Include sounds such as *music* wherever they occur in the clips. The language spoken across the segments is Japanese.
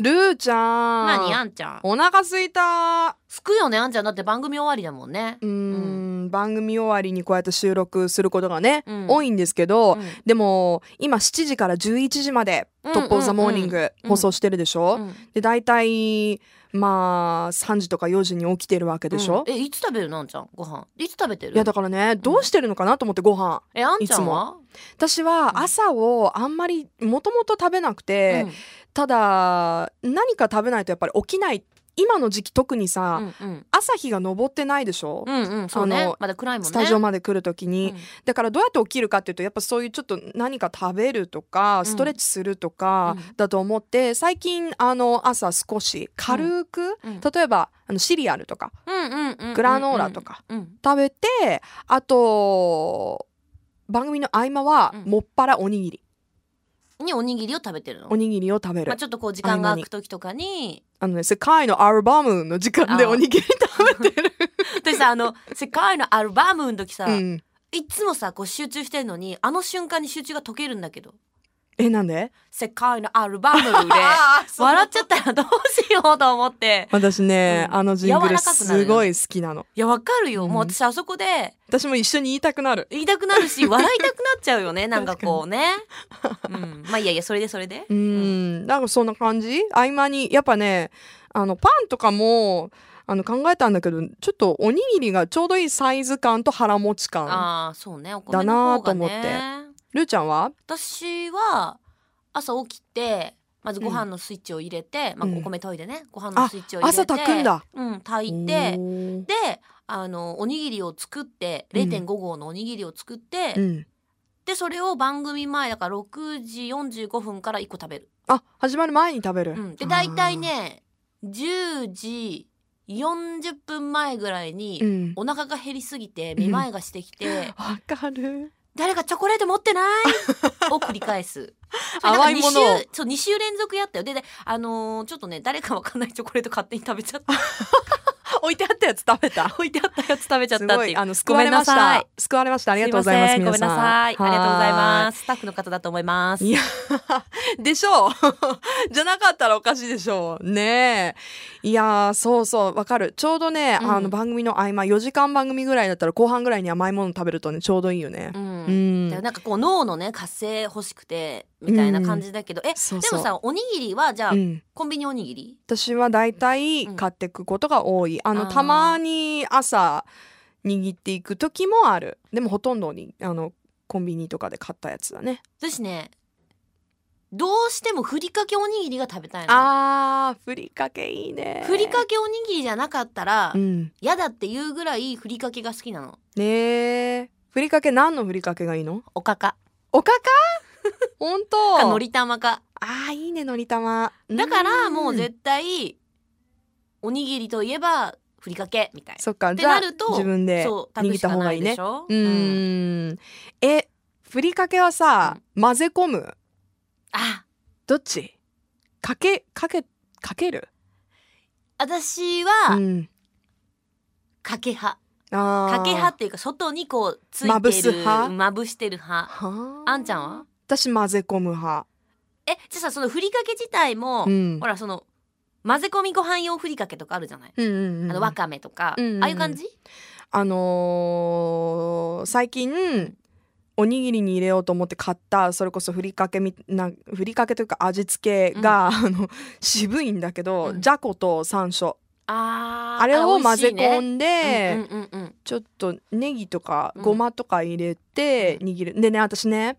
ルーちゃん。何あんちゃんお腹すいた。すくよねあんちゃんだって番組終わりだもんねうーん、番組終わりにこうやって収録することがね、うん多いんですけど、うんでも、今7時から11時まで、トップオブザモーニングうん放送してるでしょ、うんで、大体、まあ、3時とか4時に起きてるわけでしょ、うんえいつ食べるのあんちゃんご飯いつ食べてるいや、だからね、どうしてるのかなと思ってご飯。えあんちゃんは私は朝をあんまり、もともと食べなくて、うんただ、何か食べないとやっぱり起きない。今の時期特にさ、うん朝日が昇ってないでしょ、うんうんうんそうあねのまだ暗いもんねスタジオもまで来る時に、だからどうやって起きるかっていうとやっぱそういうちょっと何か食べるとかんストレッチするとかうんだと思って、最近あの朝少し軽く、うん例えばあのシリアルとかうんうんうんうんグラノーラとかうん食べて、あと番組の合間はうんもっぱらおにぎりにおにぎりを食べてるのおにぎりを食べる、まあちょっとこう時間が空く時とかにあのね世界のアルバムの時間であーおにぎり食べて *laughs* る、私さあ *laughs* の「世界のアルバム」の時さ、うん、いつもさこう集中してるのにあの瞬間に集中が解けるんだけどえなんで「世界のアルバム」 *laughs* であー *laughs* そう笑っちゃったらどうしようと思って私ね、うんあのジング柔ルらかくなるよねすごい好きなのいやわかるよ、うんもう私あそこで私も一緒に言いたくなる言いたくなる *laughs* し笑いたくなっちゃうよねなんかこうね、うん、まあいやいやそれでそれでう、ん、なんかそんな感じ合間にやっぱねあのパンとかもあの考えたんだけどちょっとおにぎりがちょうどいいサイズ感と腹持ち感ああそうねお米の方がねだなルーちゃんは私は朝起きてまずご飯のスイッチを入れて、うんまあ、お米研いでねご飯のスイッチを入れて朝炊くんだうん炊いてであのおにぎりを作ってうん0.5合のおにぎりを作って、うん、でそれを番組前だから6時45分から1個食べる、あ始まる前に食べる、うん、で大体ね10時40分前ぐらいあに、ーうんお腹が減りすぎてんめまいがしてきて、わかる誰かチョコレート持ってないを繰り返 *laughs* すそれなんか淡いもの二週そう2週連続やったよでであのーちょっとね誰かわかんないチョコレート勝手に食べちゃった *laughs* 置いてあったやつ食べた置いてあったやつ食べちゃった *laughs* すってごいいうあの救われましごめんなたさい救われましたありがとうございますすい皆ませんさんごめんなさいありがとうございますすスタッフの方だと思いますいやでしょう *laughs* じゃなかったらおかしいでしょうねえいやーそうそうわかるちょうどね、うんあの番組の合間4時間番組ぐらいだったら後半ぐらいに甘いもの食べるとねちょうどいいよねう、うんん、だからなんかこう脳のね活性欲しくてみたいな感じだけど、えそうでそうもさおにぎりはじゃあ、うん、コンビニおにぎり私はだいたい買ってくことが多い、ああのーたまに朝握っていく時もあるでもほとんどにあのコンビニとかで買ったやつだね私ねどうしてもふりかけおにぎりが食べたいのあーふりかけいいねふりかけおにぎりじゃなかったら、うん嫌だっていうぐらいふりかけが好きなのねえふりかけ何のふりかけがいいのおかかおかか *laughs* 本当かのりたまかああいいねのり玉だからもうん絶対おにぎりといえばふりかけみたいなそっかってじゃなあると自分でうそう炊くしかないでしょーうんんえふりかけはさ、混ぜ込むあどっちかけかけかける私はうん、かけ派あーかけ派っていうか外にこうついてるまぶす派まぶしてる派はあんちゃんは私混ぜ込む派えじゃあさそのふりかけ自体も、うんほらその混ぜ込みご飯用ふりかけとかあるじゃない、うんうんうんあのわかめとか、うんうんああいう感じあのー最近おにぎりに入れようと思って買ったそれこそふりかけみなふりかけというか味付けが、あの渋いんだけど、うんじゃこと山椒あーあれを混ぜあ美味しい込ねんで、うんうんうんうんちょっとネギとかうんごまとか入れて握る、でね私ね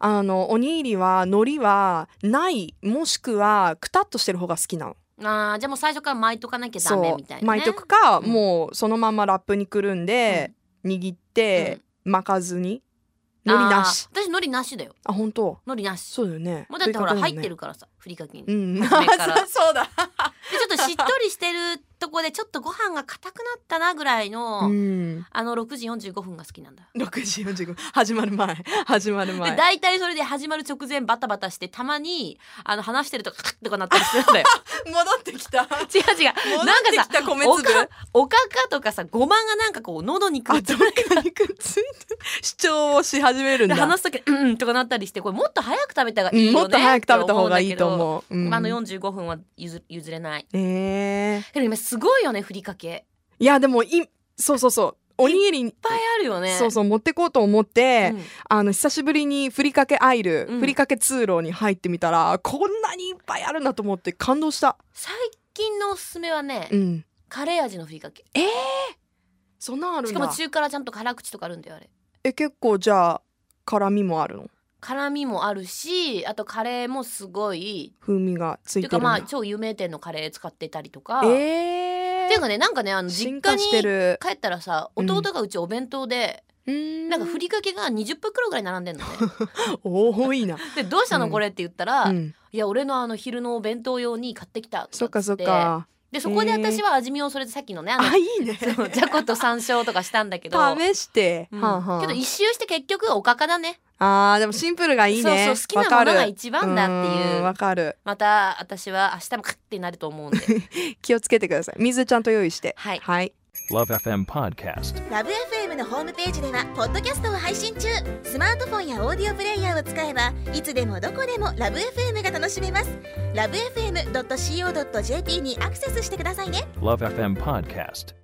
あのおにぎりは海苔はないもしくはくたっとしてる方が好きなの。あーじゃあもう最初から巻いとかなきゃダそメうみたいな、ね、巻いとくか、うんもうそのままラップにくるんで、握って、巻かずに海苔なしあー私海苔なしだよあ本当海苔なしそうだよねもうだってほらふりか入けっだよてね *laughs* るからさふりかけに、うん初めからそうだでちょっとしっとりしてるとこでちょっとご飯が硬くなったなぐらいの、うん、あの6時45分が好きなんだ。 6時45分始まる前始まるで前大体それで始まる直前バタバタしてたまにあの話してるとカッとかなったりするん *laughs* だよ。戻ってきた戻違う違うなっんてかきさた米お粒かおかかとかさごまがなんかこう喉にくあっどつっかにくっついて主張をし始めるんでだ話す時うんうんとかなったりしてこれもっと早く食べた方がいいようんねもっと早く食べた方がいいとう思う。んうだんけど、あの45分は譲譲れないえーけど今すごいよねふりかけいっいやでもいそうそうそうおにぎりぱいあるよねそうそう持ってこうと思って、うんあの久しぶりにふりかけアイル、うんふりかけ通路に入ってみたらこんなにいっぱいあるんだと思って感動した。最近のおすすめはね、うん、カレー味のふりかけそんなんあるしんかもだ。中辛ちゃんと辛口とかあるんだよあれえ結構じゃあ辛みもあるの辛みもあるしあとカレーもすごい風味がつといいてるうかんだ。まあ超有名店のカレー使ってたりとか、えー、っていうかねなんかねあの実進家化にしてる。帰ったらさうん弟がうちお弁当で、ななんかふりかけが20袋ぐらい並んでんのね *laughs* 多いな。でどうしたうのんこれって言ったら、うん、いや俺のあの昼のお弁当用に買ってきたとそっかかっつそっってか。でそこでへー私は味見をそれでさっきのねあのあいいね。 *laughs* そうじゃこと山椒とかしたんだけど、 *laughs* 試して、うんはんはんけど一周して結局おかかだねあーでもシンプルがいいねそうそう好きなものが一わかる番だっていうーんわかるまた私は明日もカッてなると思うんで気をつけてください水ちゃんと用意してはいはい、 Love FM Podcast. ラブ f m のホームページではポッドキャストを配信中スマートフォンやオーディオプレイヤーを使えばいつでもどこでもラブ f m が楽しめますラブ FM.co.jp にアクセスしてくださいね Love FM Podcast.